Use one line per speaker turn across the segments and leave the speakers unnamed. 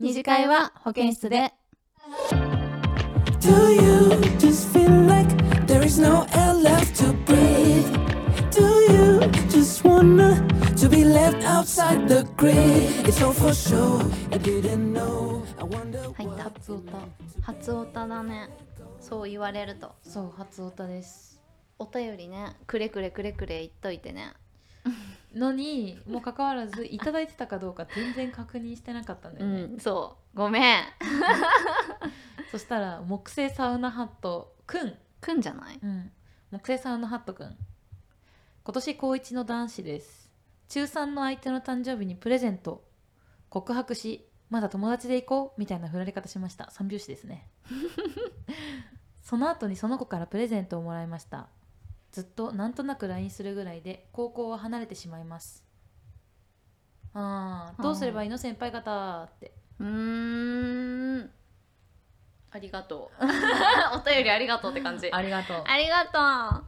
二次会は保健室で
Do you just feel like there is no air left to breathe? Do you just wanna to be left outside the grid? It's all for sure. You didn't know. I wonder
はい初オタ初オタだねそう言われると
そう初オタです
お便りねくれくれくれくれ言っといてね
のにもかかわらずいただいてたかどうか全然確認してなかったんだよね、
そうごめん
そしたら木製サウナハットくん、
くんじゃない
うん、木製サウナハットくん今年高1の男子です中3の相手の誕生日にプレゼント告白しまだ友達で行こうみたいな振られ方しました三拍子ですねその後にその子からプレゼントをもらいましたずっとなんとなく LINE するぐらいで高校は離れてしまいますあーどうすればいいの先輩方って
うーんありがとう お便りありがとうって感じあ
ありがとう
りが
高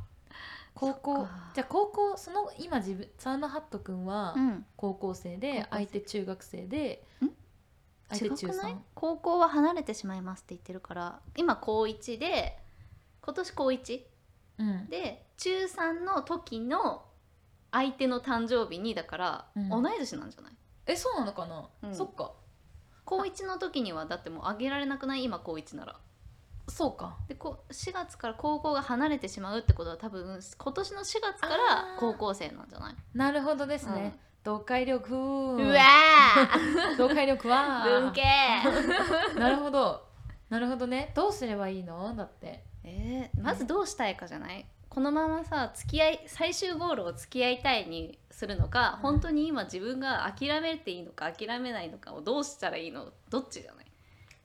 そっ
校
か
じゃあ高校その今自分サウナハットくんは
とううん
高校生で、
高校生
相手中学生で
ん
相手
違
中
くない
3
高校は離れてしまいますって言ってるから今高1で今年高1
うん
で中3の時の相手の誕生日にだから、
うん
同い年なんじゃない
えそうなのかな、
うん
そっか
高1の時にはだってもうあげられなくない今高1なら
そうか
でこ4月から高校が離れてしまうってことは多分今年の4月から
あー
高校生なんじゃない
なるほどです
うん
ね、読解力
う
う
わ
読解力
ー
は
文系
なるほどなるほどねどうすればいいのだって
えーまずどうしたいかじゃないこのままさ付き合い最終ゴールを付き合いたいにするのか、
ん
本当に今自分が諦めていいのか諦めないのかをどうしたらいいのどっちじゃない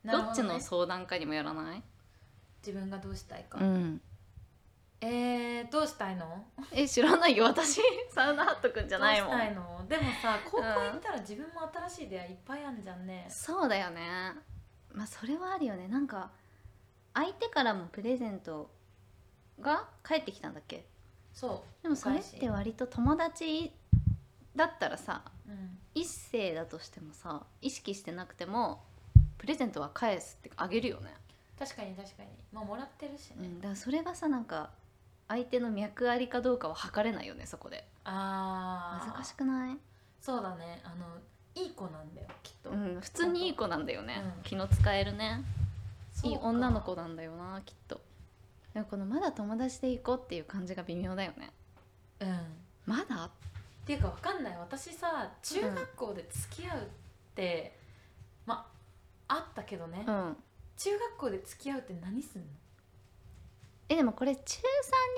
な
ど
るほ
っち
どね
の相談かにもやらない、
自分がどうしたいか、
ん、
えー、どうしたいの
え知らないよ私サウナハットくんじゃないも
どうした
ん
いのでもさ高校行ったら自分も新しい出会いいっぱいあるじゃんね、
そうだよねまあそれはあるよねなんか相手からもプレゼントが返ってきたんだっけ
そ
でもそれって割と友達だったらさ
う、うん、
一性だとしてもさ意識してなくてもプレゼントは返すってあげるよね、
確かに確かにまあもらってるしね、
だからそれがさなんか相手の脈ありかどうかは測れないよねそこで
ああ
難しくない、
そうだねあのいい子なんだよきっと、
うん、普通にいい子なんだよね、
うん
気の使えるね
そう
いい
か
女の子なんだよなきっとでもこの「まだ友達で行こう」っていう感じが微妙だよね
うんっ
まだ
ていうかわかんない私さ中学校で付き合うって、まああったけどね、
うん
中学校で付き合うって何すんの
えでもこれ中3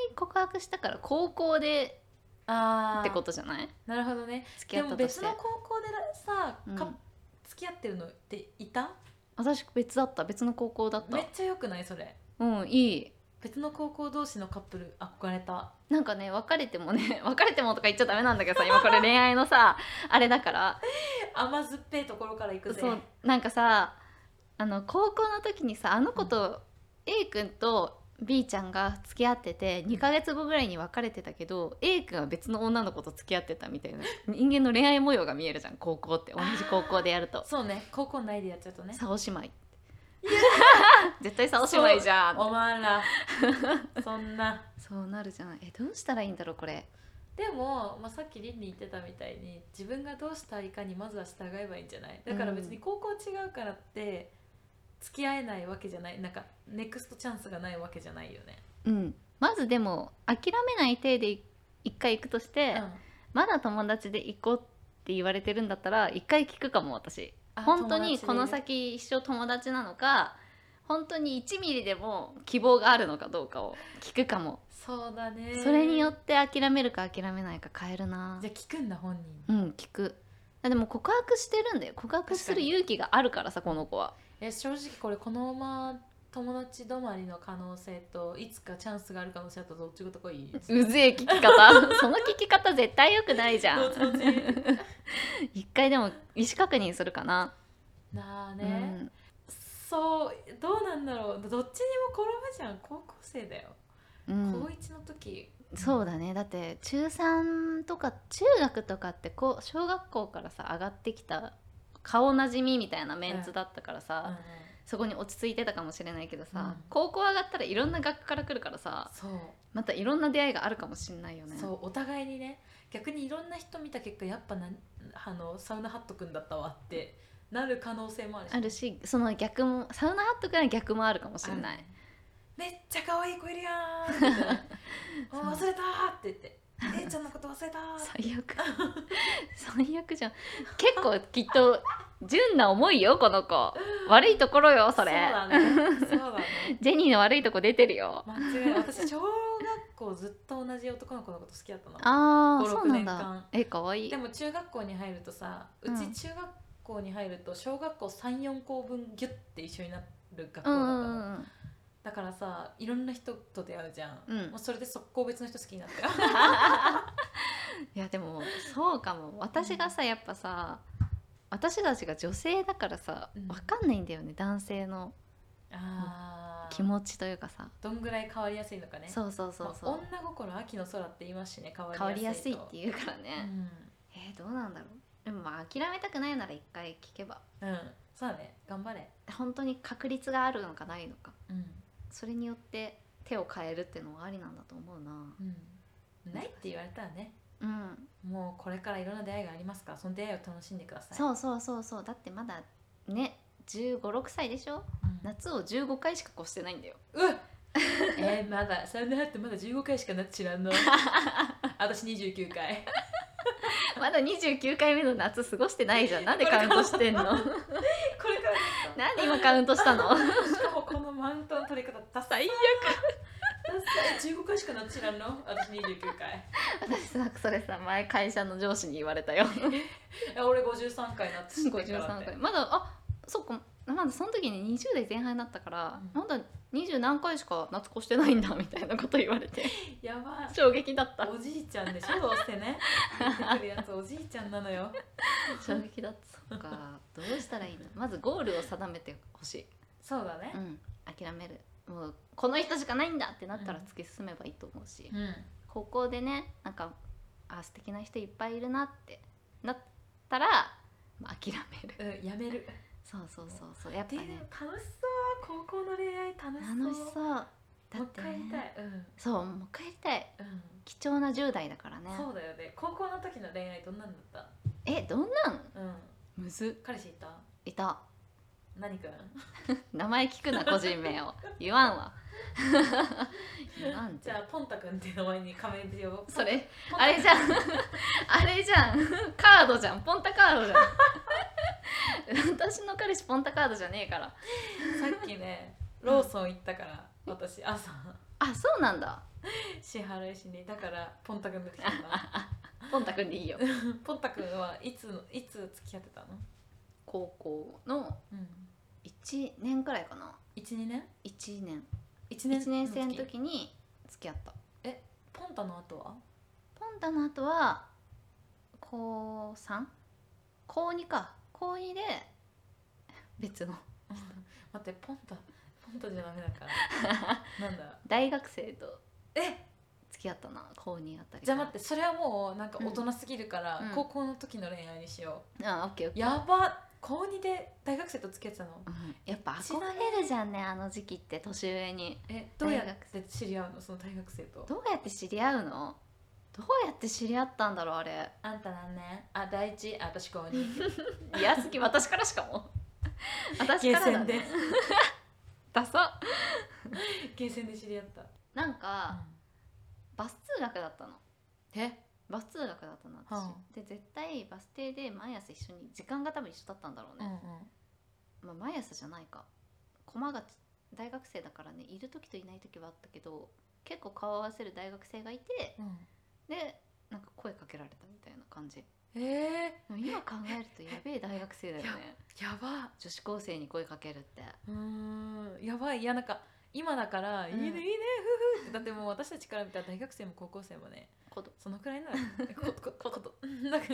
に告白したから高校で
あ
ってこととじゃない
なるほどね
付き
で
合っ
も
たとし
別
て
の高校でさ、か
うん
付き合ってるのっていた
私別だった別の高校だっ
めったちゃよくないそれ
うんいい
別の高校同士のカップル憧れた
なんかね別れてもね 別れてもとか言っちゃダメなんだけどさ今これ恋愛のさあれだから
甘酸っぱいところから行くぜ
そうなんかさあの高校の時にさあの子と A 君と B ちゃんが付き合ってて2ヶ月後ぐらいに別れてたけど A 君は別の女の子と付き合ってたみたいな人間の恋愛模様が見えるじゃん高校って同じ高校でやると
そうね高校内でやっちゃうとね
「おしまい」 絶対おしまいじゃん
お前らそんな
そうなるじゃんえどうしたらいいんだろうこれ
でも、まあ、さっきリンリン言ってたみたいに自分がどうしたいかにまずは従えばいいんじゃないだから別に高校違うからって付き合えないわけじゃないなんかネクストチャンスがないわけじゃないよね、
うんまずでも諦めない体でい一回行くとして、
う
まだ友達で行こうって言われてるんだったら一回聞くかも私
ん、
本当にこの
先
先一生友達なのか本当に1ミリでも希望があるのかどうかを聞くかも、
そうだね
それによ
て
って諦めるか諦めないか変えるな
じゃあ聞くんだ本人
うん聞くあでも告白してるんだよ告白する勇気があるからさこの子は
え正直これこのまま友達止まりの可能性といつかチャンスがある可能性だとどっちが高い
うぜえ聞き方その聞き方絶対良くないじゃ
どっ
ん
ちどっち
一回でも意思確認するかな、
なあね、そうどうなんだろうどっちにも転ぶじゃん高校生だよ、
うんうん
高1の時
そうだねだって中3とか中学とかってこう小学校からさ上がってきた顔なじみみたいなメンツだったからさ、
うんうん
そこに落ち着いてたかもしれないけどさ、
うん
高校上がったらいろんな学科から来るからさ
そう、
またいろんな出会いがあるかもしれないよね
そうお互いにね逆にいろんな人見た結果やっぱなあのサウナハットくんだったわってなる可能性もあるし
あるしその逆もサウナハットくらい逆もあるかもしれない
めっちゃ可愛い子いるやんみたいなあ忘れたーって言って えいちゃんのこと忘れたーって
最悪 最悪じゃん結構きっと純な思いよこの子悪いところよそれ
そうだねそうだね
ジェニーの悪いとこ出てるよ
間違いない私小学校ずっと同じ男の子のこと好きだったの
ああ
5
そうな
6
ん
年
だ
間
え可愛い
でも中学校に入るとさう
う
ち
ん
中学校に入ると小学校34校分ギュッて一緒になる学校だっ
うん
た
う
の、
んうん
だからさいろんな人と出会うじゃん、
うん
もうそれで速攻別の人好きにな ったよ
いやでもそうかも私がさやっぱさ私たちが女性だからさ
うん
わかんないんだよね男性の
あー
気持ちというかさ
どんぐらい変わりやすいのかね
そうそうそうそ
まあ
う
女心秋の空って言いますしね変わり
変わりやすいって
い
いうから
う
ねえーどうなんだろうでもまあ諦めたくないなら一回聞けば
うん、うん、そうだね頑張れ
本当に確率があるのかないのか
うん
それによって手を変えるっていうのはありなんだと思うな
うんないって言われたらね
うん
もうこれからいろんな出会いがありますからその出会いを楽しんでください
そうそうそうそうだってまだね1 5 6歳でしょ
うん
夏を15回しか越してないんだよ
うっえー、まだサウナハットまだ15回しかなって知らん の私29回
まだ29回目の夏過ごしてない じゃんなんでカウントしてんのなん で
これから
今カウントしたの
しかもこのマウントの取り方ダサいよ15回しかなって知らんの私29回
私さそれさ前会社の上司に言われたよ
え俺53回なって知ってからっ
53
て
回まだあそっかまだその時に20代前半だったから、
うん
まだ20何回しか夏越してないんだみたいなこと言われ て
やばい
衝撃だった
おじいちゃんでしょどうしてね出てくるやつおじいちゃんなのよ
衝撃だったそっかどうしたらいいのまずゴールを定めてほしい、
そうだね
うん、諦めるもうこの人しかないんだってなったら突き進めばいいと思うし、
うん
高校でねなんかあ素敵な人いっぱいいるなってなったら、まあ、諦める
う ん、やめる
そうそうそうそうやっぱ
でも
ね
楽しそう高校の恋愛楽しそう
楽しそうだ
もう一
って、
回やりた
ね、
い、うん
そうもう帰りたい
うん
貴重な10代だからね
そうだよね高校の時の恋愛どんなんだっ
えどんなん
たうん
むず
彼氏いた
いた
何くん
名前聞くな個人名 を言わんわ 言わん
じ
じゃん
ゃあポンタくんっていう名前に仮面で呼ぼう
それ
ポン
あ
タ
れじゃん あれじゃんカードじゃんポンタカードじゃん 私の彼氏ポンタカードじゃねえから
さっきねローソン行ったから私朝
あそうなんだ
支払いしにだからポンタくん出てきたん だ
ポンタくんでいいよ
ポンタくんはいつのいつ付き合ってたの
高校の
うん
1年くらいかな
12年
1年
1
1年生の時に付き合った
ポンタの後は
ポンタの後は高 3? 高2か高2で別の
待ってポンタポンタじゃダメだから なんだ
大学生と
え
付き合ったな高2あたり
じゃあ待っててそれはもうなんか大人すぎるから、
うん
高校の時の恋愛にしよ
あオッケーオッ
う、
ケー
やば高2で大学生と付き合ってたの
うんやっぱ憧れるじゃんねあの時期って年上に
えどうや
大学
って知り合うのその大学生と
どうやって知り合うのどうやって知り合ったんだろうあれ
あんたなんねあ第一あ私高2
嫌すぎ私からしかも
ゲ
私
ー
から
セ
だ
ンで
ねダサ
ゲーセンで知り合った
なんかバス通学だったの
え
バス通学だったの私、
は
で絶対バス停で毎朝一緒に時間が多分一緒だったんだろう
うんうん
ね、まあ、毎朝じゃないか駒が大学生だからねいる時といない時はあったけど結構顔合わせる大学生がいてでなんか声かけられたみたいな感じ
うんえ
でも今考えるとやべえ大学生だよね
ー、やば
女子高生に声かけるって
うーんやばいいやなんか今だから、
ん
いいねいいねふふってだってもう私たちから見たら大学生も高校生もね
子供
そのくらい ならここここと なんか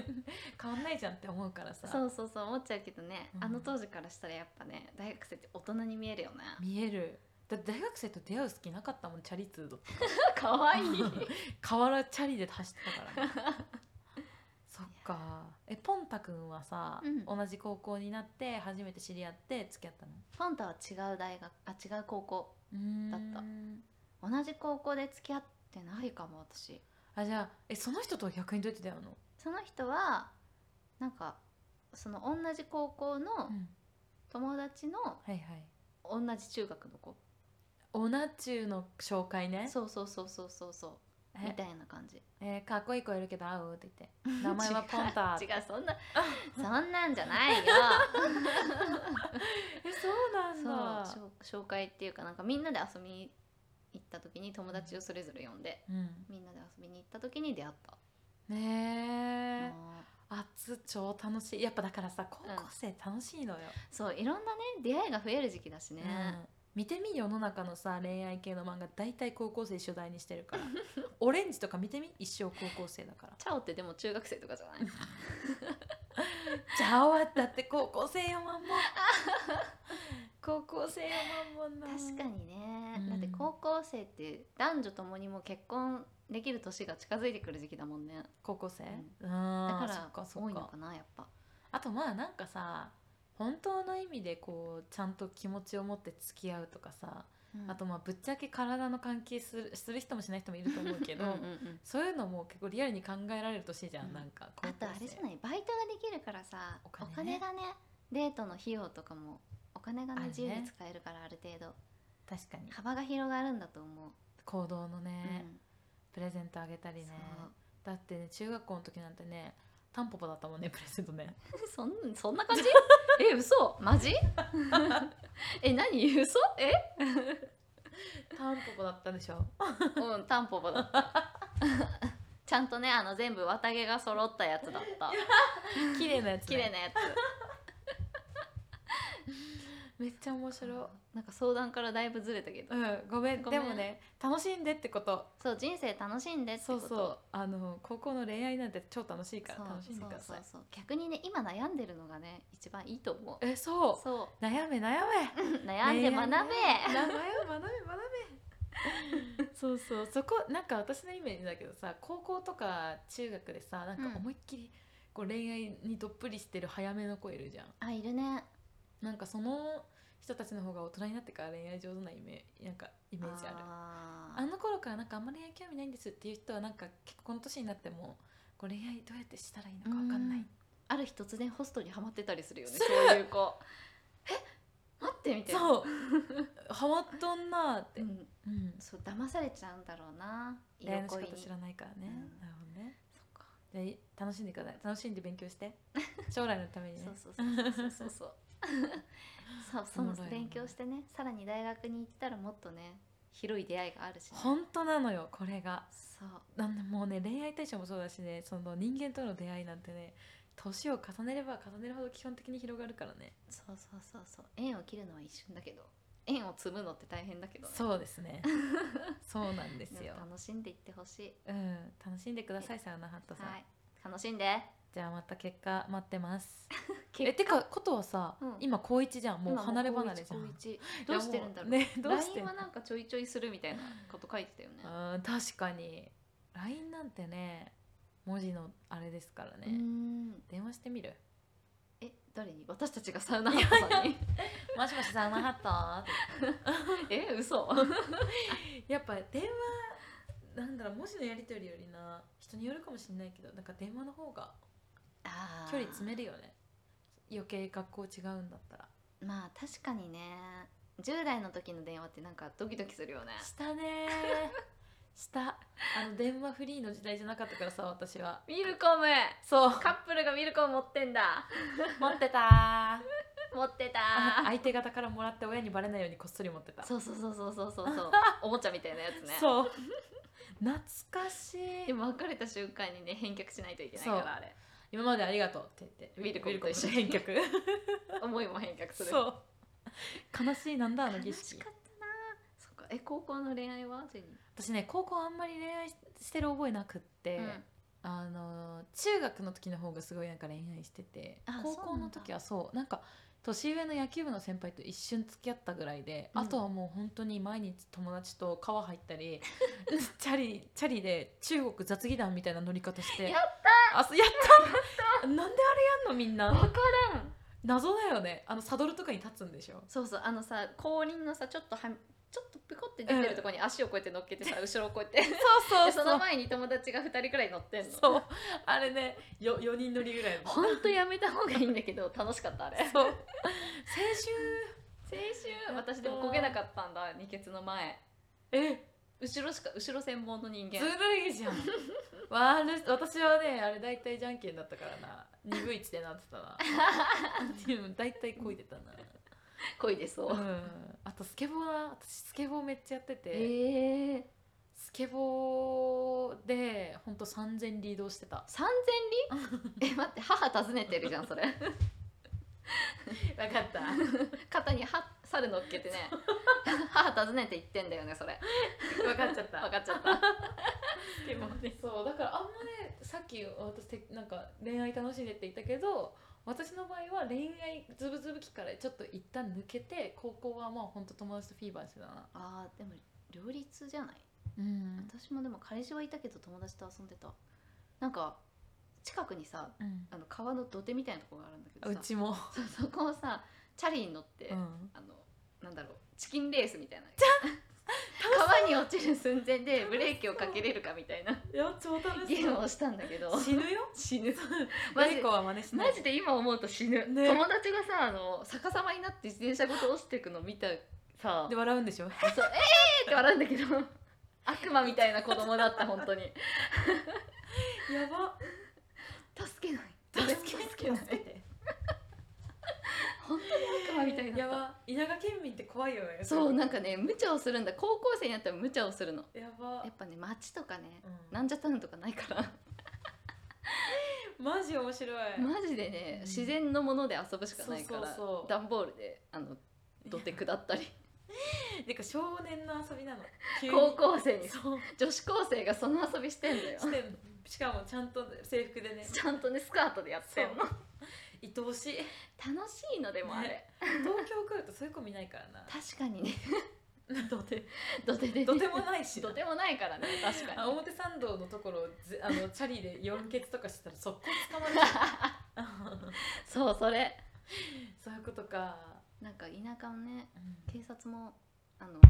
変わんないじゃんって思うからさ
そうそうそう思っちゃうけどね、
うん
あの当時からしたらやっぱね大学生って大人に見えるよね
見えるだって大学生と出会う隙なかったもんチャリ通だっ
可愛
河原チャリで走ってたからねそっかえポンタくんはさ、
うん
同じ高校になって初めて知り合って付き合ったの
ポンタは違う大学あ違う高校
だ
だ同じ高校で付き合ってないかも私
あじゃあえその人とは逆にどうやって出会うの、
その人はなんかその同じ高校の友達の
はいはい
同じ中学の子、
オナチューの紹介ね
そうそうそうそうそうそ
え
うみたいな感じ
えーかっこいい子いるけど会うって言 って 名前はポンタ
違う違うそん なそんなんじゃないよ
えそうなんだ
そうしょ紹介っていうかなんかみんなで遊びに行った時に友達をそれぞれ呼んで
うん
みんなで遊びに行った時に出会った、
ねえ
あ
あつ超楽しいやっぱだからさ高校生楽しいのよ、
ーそういろんなね出会いが増える時期だしね、
うん見てみ世の中のさ恋愛系の漫画大体高校生主題にしてる からオレンジとか見てみ一生高校生だから
チャオってでも中学生とかじゃない
じゃあ終わったって高校生よまんもん 高校生よまんもんな
確かにね、
うん
だって高校生って男女ともにもう結婚できる年が近づいてくる時期だもんね
高校生うんだ
だ
か
から多いのかなやっぱ
あとまあなんかさ本当の意味でこうちゃんと気持ちを持って付き合うとかさ、
うん
あとまあぶっちゃけ体の関係するする人もしない人もいると思うけど
うんうんうん
そういうのも結構リアルに考えられる年じゃん、
うん
なんか高
あ
校生
とあれじゃないバイトができるからさ
お
お
金
金,、
ね
がねデートの費用とかもお金が
あ
ね
るね
自由に使えるからある程度
確かに
幅が広がるんだと思う、
行動のね、
うん
プレゼントあげたりね
そう
だってね中学校の時なんてねタンポポだったもんねプレゼントね
そん そんな感じえ嘘マジ え何嘘え
タンポポだったでしょ
うんタンポポだった ちゃんとねあの全部綿毛が揃ったやつだった
綺麗なやつ、ね、
綺麗なや
めっちゃ面
つ
白
なんか相談からだいぶずれたけ
い
ど
うんごめん
ごめ
で
ん
もね楽しんでってこと
そう人生楽しんでって
そ
こ
う
と
そうあの高校の恋愛なんて超楽しいから楽しんでください
そうそうそう逆にね今悩んでるのがね一番いいと思う
えそう
そう
悩め悩め
悩んで学べ、
悩め学べ学 べそうそうそこなんか私のイメージだけどさ高校とか中学でさなん
うん
か思いっきりこう恋愛にどっぷりしてる早めの子いるじゃん
あいるね
なんかその人たちの方が大人になってから恋愛上手なイメなんかイメージある
あー
あの頃からなんかあんまり恋愛興味ないんですっていう人はなんか結構この年になってもこう恋愛どうやってしたらいいのか分かんない
うんある日突然ホストにはまってたりするよねそういう子え待ってみたいなう、
そう ハマっとんなーって、
ん、
うん、
そう騙されちゃうんだろうな
恋愛
色
の
恋
仕
に
方知らないからね、
うん
なるほどね
そっか
じゃあい楽しんでください楽しんで勉強して 将来のためにね
そうそうそうそうそう そうそうそ
おも
の
ろいな
勉強してねさらに大学に行ったらもっとね広い出会いがあるしね、
本当なのよこれが
そう
なんでもうね恋愛対象もそうだしねその人間との出会いなんてね年を重ねれば重ねるほど基本的に広がるからね
そうそうそうそう縁を切るのは一瞬だけど縁を積むのって大変だけどね
そうです ねそうなんですよ、
楽しんでいってほしい
うん、楽しんでくださいサウナハットさん、
はい楽しんで
じゃあまた結果待って ます
結
えてかことはさ、
うん
今高一じゃんもう
今
離れ離れじゃん
高一高一どうしてるんだろう
ね どうしてん
LINE はなんかちょいちょいするみたいなこと書いてたよね
うん確かに LINE なんてね文字のあれですからね、
うーん
電話してみる
え誰に私たちがサウナハットさんに
もしもしサウナハット
え 嘘
やっぱ電話なんだろう文字のやり取りよりな人によるかもしれないけどなんか電話の方が距離詰めるよね余計学校違うんだったら
まあ確かにね10代の時の電話ってなんかドキドキするよね
したねーしたあの電話フリーの時代じゃなかったからさ私は
ミルコム
そう
カップルがミルコム持ってんだ
持ってた
持って
ー
た
相手方からもらって親にバレないようにこっそり持ってた
そうそうそうそうそうそうそう おもちゃみたいなやつね
そう懐かし
で
い
も別れた瞬間にね返却しないといけないか
そう
らあれ
今までありがとうって言って
ウィルコムと一緒に
ウィルコムの返
思いも返却す
却
る
そう悲しいなんだあの儀
楽し
式
かったなそっかえ高校の恋愛はジェニー
私ね高校あんまり恋愛してる覚えなくって、
うん
あの中学の時の方がすごいなんか恋愛してて
あ
高校の時はそうなんか年上の野球部の先輩と一瞬付き合ったぐらいで、
うん
あとはもう本当に毎日友達と川入ったりチャリチャリで中国雑技団みたいな乗り方して
やった
あそうやったなんであれやんのみん
分
な
からん
謎だよねあのサドルとかに立つんでしょ
そうそうあのさ後輪のさちょっとはちょっとピコって出てるところに足をこうやって乗っけてさ、後ろをこうやって
そう
でその前に友達が2人くらい乗ってんの
そうあれねよ4人乗りぐらいの
ほんとやめた方がいいんだけど楽しかったあれ
そう青春
先週私でもこげなかったんだ二血の前
え
後ろしか後ろ専門の人
ず
間
るいじゃんわる私はねあれ大体じゃんけんだったからな2分1でなってたなでも大体こいでたな
恋でそう、
うんあとスケボーな私スケボーめっちゃやってて、
ええ
スケボーでほんと3000リードしてた
三千里え待って母訪ねてるじゃんそれ
分かった
肩には猿乗っけてね母訪ねて行ってんだよねそれ
分かっちゃった
分かっちゃった
でもね そうだからあんまねさっき私てなんか恋愛楽しんでって言ったけど私の場合は恋愛ズブズブ期からちょっと一旦抜けて高校はまあ本当友達とフィーバーしてたな
あーでも両立じゃない
うん、
私もでも彼氏はいたけど友達と遊んでたなんか近くにさ
うん、
あの川の土手みたいなとこがあるんだけど
う
さ
ちも、
そそこをさチャリに乗って、
ん、
あのなんだろうチキンレースみたいな 川に落ちる寸前でブレーキをかけれるかみたいない
や超楽
ゲームをしたんだけど
死ぬよ死 ぬ
マ
マ
ジ
ジ子は真似しない
マジで今思うと死ぬ、
ね
友達がさあの逆さまになって自転車ごと落ちていくの見たさ
で笑うんでしょ
そうえーって笑うんだけど悪魔みたいな子供だった本当に
やば
助けない
助けて
本当に悪魔みたい
や
だった
ば稲川県民って怖いよね
そうなんかね無茶をするんだ高校生になったら無茶をするの
やば
やっぱね街とかね
うん
なんじゃタウンとかないから
マジ面白い
マジでね、
うん
自然のもので遊ぶしかないから
そうそうそう
段ボールであの土手下ったり
なんか少年の遊びなの急に
高校生に
そう
女子高生がその遊びしてんだよ
してんのしかもちゃんと制服でね
ちゃんとねスカートでやってん
そ
の
愛おしい
楽しいのでもあれ、
ね東京来るとそういう子見ないからな
確かにね
土手
土手でね
土手もないし
土手もないからね確か
あ
に
表参道のところをずあのチャリで四欠とかしてたら速攻捕まる
そうそれ
そういうことか、
なんか田舎のね
うん
警察もあの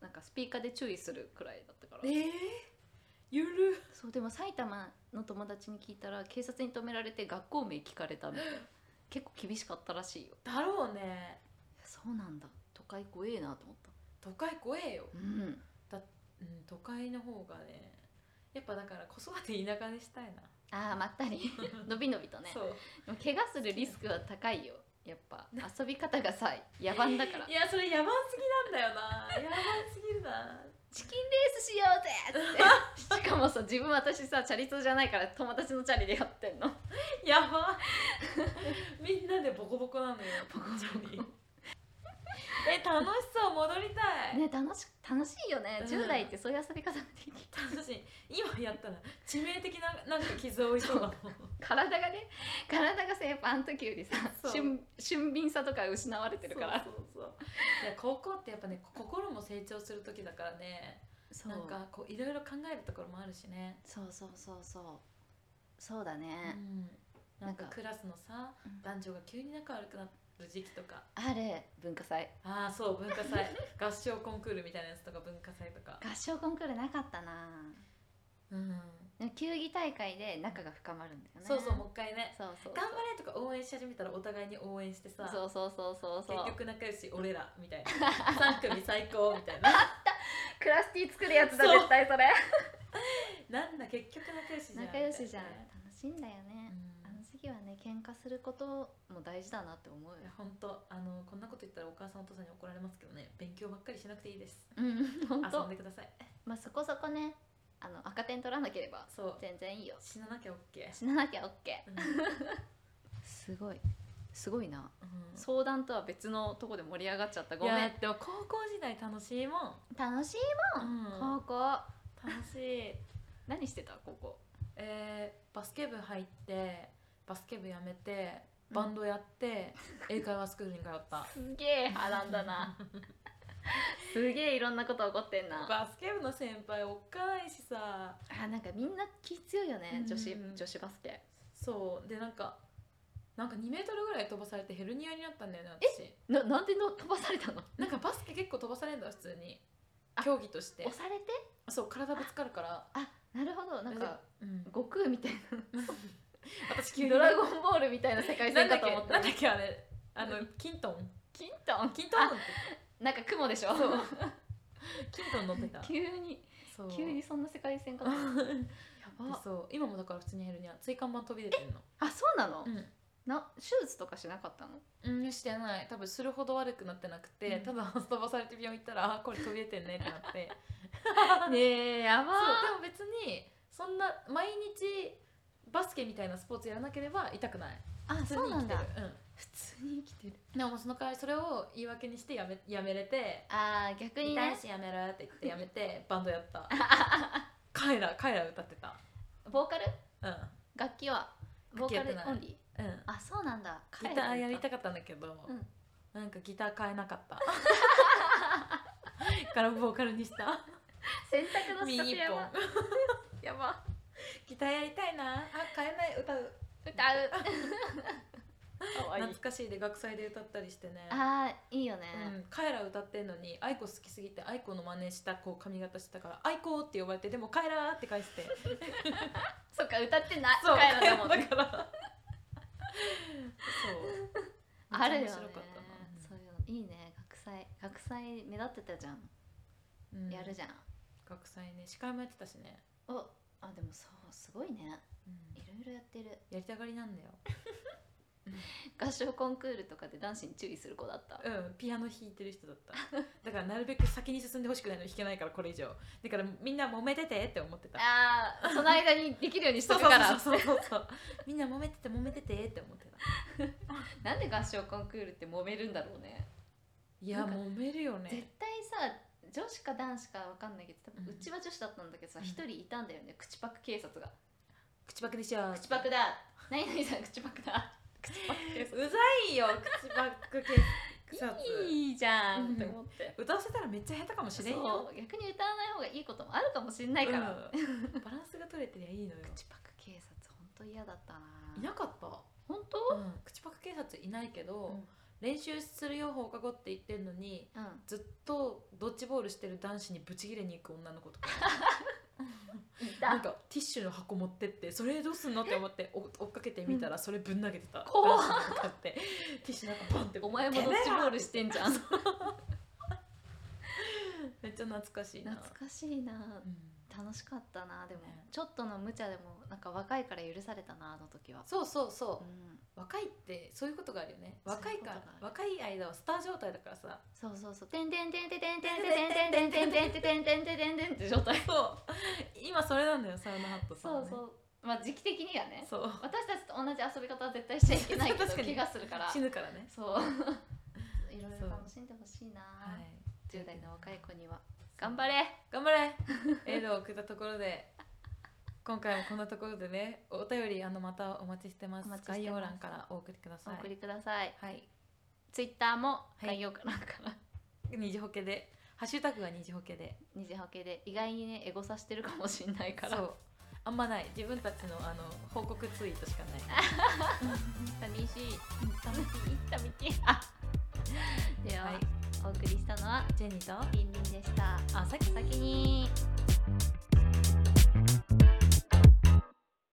なんかスピーカーで注意するくらいだったから
えー、ゆる
そうでも埼玉の友達に聞いたら警察に止められて学校名聞かれたん だよ結構厳しかったらしいよ
だろうね
そうなんだ都会怖えなと思った
都会怖えよ、
うん
うん、都会の方がねやっぱだから子育て田舎にしたいな、
ああまった りのびのびとね
そう
でも怪我するリスクは高いよやっぱ遊び方がさ野蛮だ から
いやそれ野蛮すぎなんだよな 野蛮すぎる な
チキンレースしよう ぜってしかもさ自分私さチャリ通じゃないから友達のチャリでやってんの
やば みんなでボコボコなのよボコボコえ楽しそう戻りたい、
ね楽し楽しいよね
うん
10代ってそういう遊び方ができた
楽しい今やったら致命的ななんか傷を負いそうだもん
体がね体がさやっぱあの時よりさ
そう
俊俊敏さとか失われてるから
そうそうそういや高校ってやっぱね心も成長する時だからね
そう
なんかこういろいろ考えるところもあるしね
そうそうそうそうそうだ
う
ね、
んなんか
なんか
クラスのさ
うん
男女が急に仲悪くなる時期とか
あれ文化祭
ああそう文化祭 合唱コンクールみたいなやつとか文化祭とか
合唱コンクールなかったな
うん、
でも球技大会で仲が深まるんだよね
そうそうもう一回ね
そうそうそう
頑張れとか応援し始めたらお互いに応援してさ
そうそうそうそうそう
結局仲良し俺らみたいな3組最高みたい な
クラスティ作るやつだ
そう
絶対それ
なんだ結局仲良しじゃん
仲良しじゃん
みたいな
楽しいんだよね、あの時はね喧嘩することも大事だなって思うよ
いや本当あのこんなこと言ったらお母さんお父さんに怒られますけどね勉強ばっかりしなくていいです
うん本
遊ん
当
でください
まあそこそこねあの赤点取らなければ
そう
全然いいよ
死ななきゃ OK、
死ななきゃ OK
うん
すごいす ごいな
うん
相談とは別のとこで盛り上がっちゃったご
い
め
や
ん
でも高校時代楽しいもん、
楽しいもん、
うん、
高校
楽しい
何してた高校
えーバスケ部入ってバスケ部やめてバンドやって、英会話スクールに通った
すげえ波乱だなすげえいろんなこと起こってんな
バスケ部の先輩おっかないしさ
あなんかみんな気強いよね女子、
うん
女子バスケ
そうでなんかなんか2メートルぐらい飛ばされてヘルニアになったんだよね私
ななんでの飛ばされたの
なんかバスケ結構飛ばされるんだ普通に
あ
競技として
押されて
そう体ぶつかるから
あなるほどなんか
うん、
悟空みたいな
私急に
ドラゴンボールみたい な世界
な
線
んだ
か
っけ
と思
な
っ
ん
た
だっけあれあのキントン
キントン
キントンって
なんか雲でしょ
キントン乗ってた
急に
そう
急にそんな世界線かと思った や
で
ば
そう今もだから普通にヘルニア椎間板飛び出てんの
あそうなの、
うん
な手術とかしなか ったの
うん、してない多分するほど悪くなってなくて、
うん
ただ飛ばされて病院行ったらあこれ飛び出てんねってなって
ねえや
そうでも別にそんな毎日バスケみたいなスポーツやらなければ痛くない
あ
普通に
そうな
生き
ん
てる
だ
う
普通に生きてる
ん、でもその代わりそれを言い訳にしてやめやめれて
あー
「
逆に
痛い
ね
しやめろ」って言ってやめて バンドやったカエラカエラ歌ってた
ボーカル
う
楽器はボーカルオンリー
んうん
あそうなんだ
ギターやりた
く
かったんだけど、
うん
なんかギター買えなかった からボーカルにした
選択の仕方
右一
や
本
ばやば
ギターやりたいなあ買えない歌う
歌うかわい い
懐かしいで学祭で歌ったりしてね
あーいいよね、
うん、カエラ歌ってんのにアイコ好きすぎてアイコの真似したこう髪型したから「アイコ」って呼ばれてでも「カエラ」って返して
そっか歌ってない
そう
帰るんだも んね
カエラだ からそう
あるよ
め
ね
っちゃ面白かったなうん
そういうのいいね学祭学祭目立ってたじゃん、
うん
やるじゃん
学祭ね司会もやってたしね、
おあでもそうすごいねいろいろやってる
やりたがりなんだ よ
合唱コンクールとかで男子に注意する子だった
うん、ピアノ弾いてる人だっただからなるべく先に進んでほしくないの弾けないからこれ以上だからみんな揉めててって思ってた
あーその間にできるようにしと
そう
く
そう
から
そうそうそうみんな揉めてて揉めててって思ってた
なんで合唱コンクールって揉めるんだろうね
いや
なんか
揉めるよ
絶
ね
対さ女子か男子かわかんないけど多分
うん
うちは女子だったんだけどさ
うん
一、人いたんだよね口パク警察が
口パクでしょ
「口パクだ何々さん口パクだ」口パク警
うざいよ口パク警察
察いいじゃんって思って。
歌わせたらめっちゃ下手かもしれんよ
そう逆に歌わない方がいいこともあるかもしれないから、
うんバランスが取れてりゃいいのよ
口パク警察本当嫌だったない
なかった、
本当
うん、口パク警察いないけど、
うん
練習するよ放課後って言ってんのに
うん、
ずっとドッジボールしてる男子にブチギレに行く女の子とか
い
なん
た
かティッシュの箱持ってってそれどうすんのって思ってお追っかけてみたらそれぶん投げてた
怖っ
男子に向かってティッシュなんかバンって
お前もドッジボールしてんじゃん
めっちゃ懐かしいな
懐かしいな
うん
楽しかったなでも、
ね
ちょっとの無茶でもなんか若いから許されたなあの時は、
そうそうそうう、
ん、
若いってそういうことがあるよね若いか
そういうことがある
若い間はスター状態だからさ
そうそうそう「てんてんてんてんてんてんてんてんてんてんてんてんてんてんてんてんてん」って状態
そう 今それなんだよサウナハットさんは
そう
ね
そうまあ時期的にはね
そう
私たちと同じ遊び方は絶対しちゃいけないけど
確かに
怪我するから
死ぬからね
そういろいろ楽しんでほしいな、
はい
10代の若い子には頑張れ
頑張れエールを送ったところで今回もこんなところでねお便りあのまたお待ちしてます
お待ちしてます
概要欄からお送りくだ
お
さ
送
い
りください、
はい
ツイッターも
い
概要欄から、
二次ホケでハッシュタグが二次ホケで
二次保険で意外にねエゴさしてるかもしれないか
そ
ら
うあんまない自分たちのあの報告ツイートしかない
寂しい寂しい寂しいあで
は
は、
い
お送りしたのは
ジェニーと
りんりんでした
あ先に
先に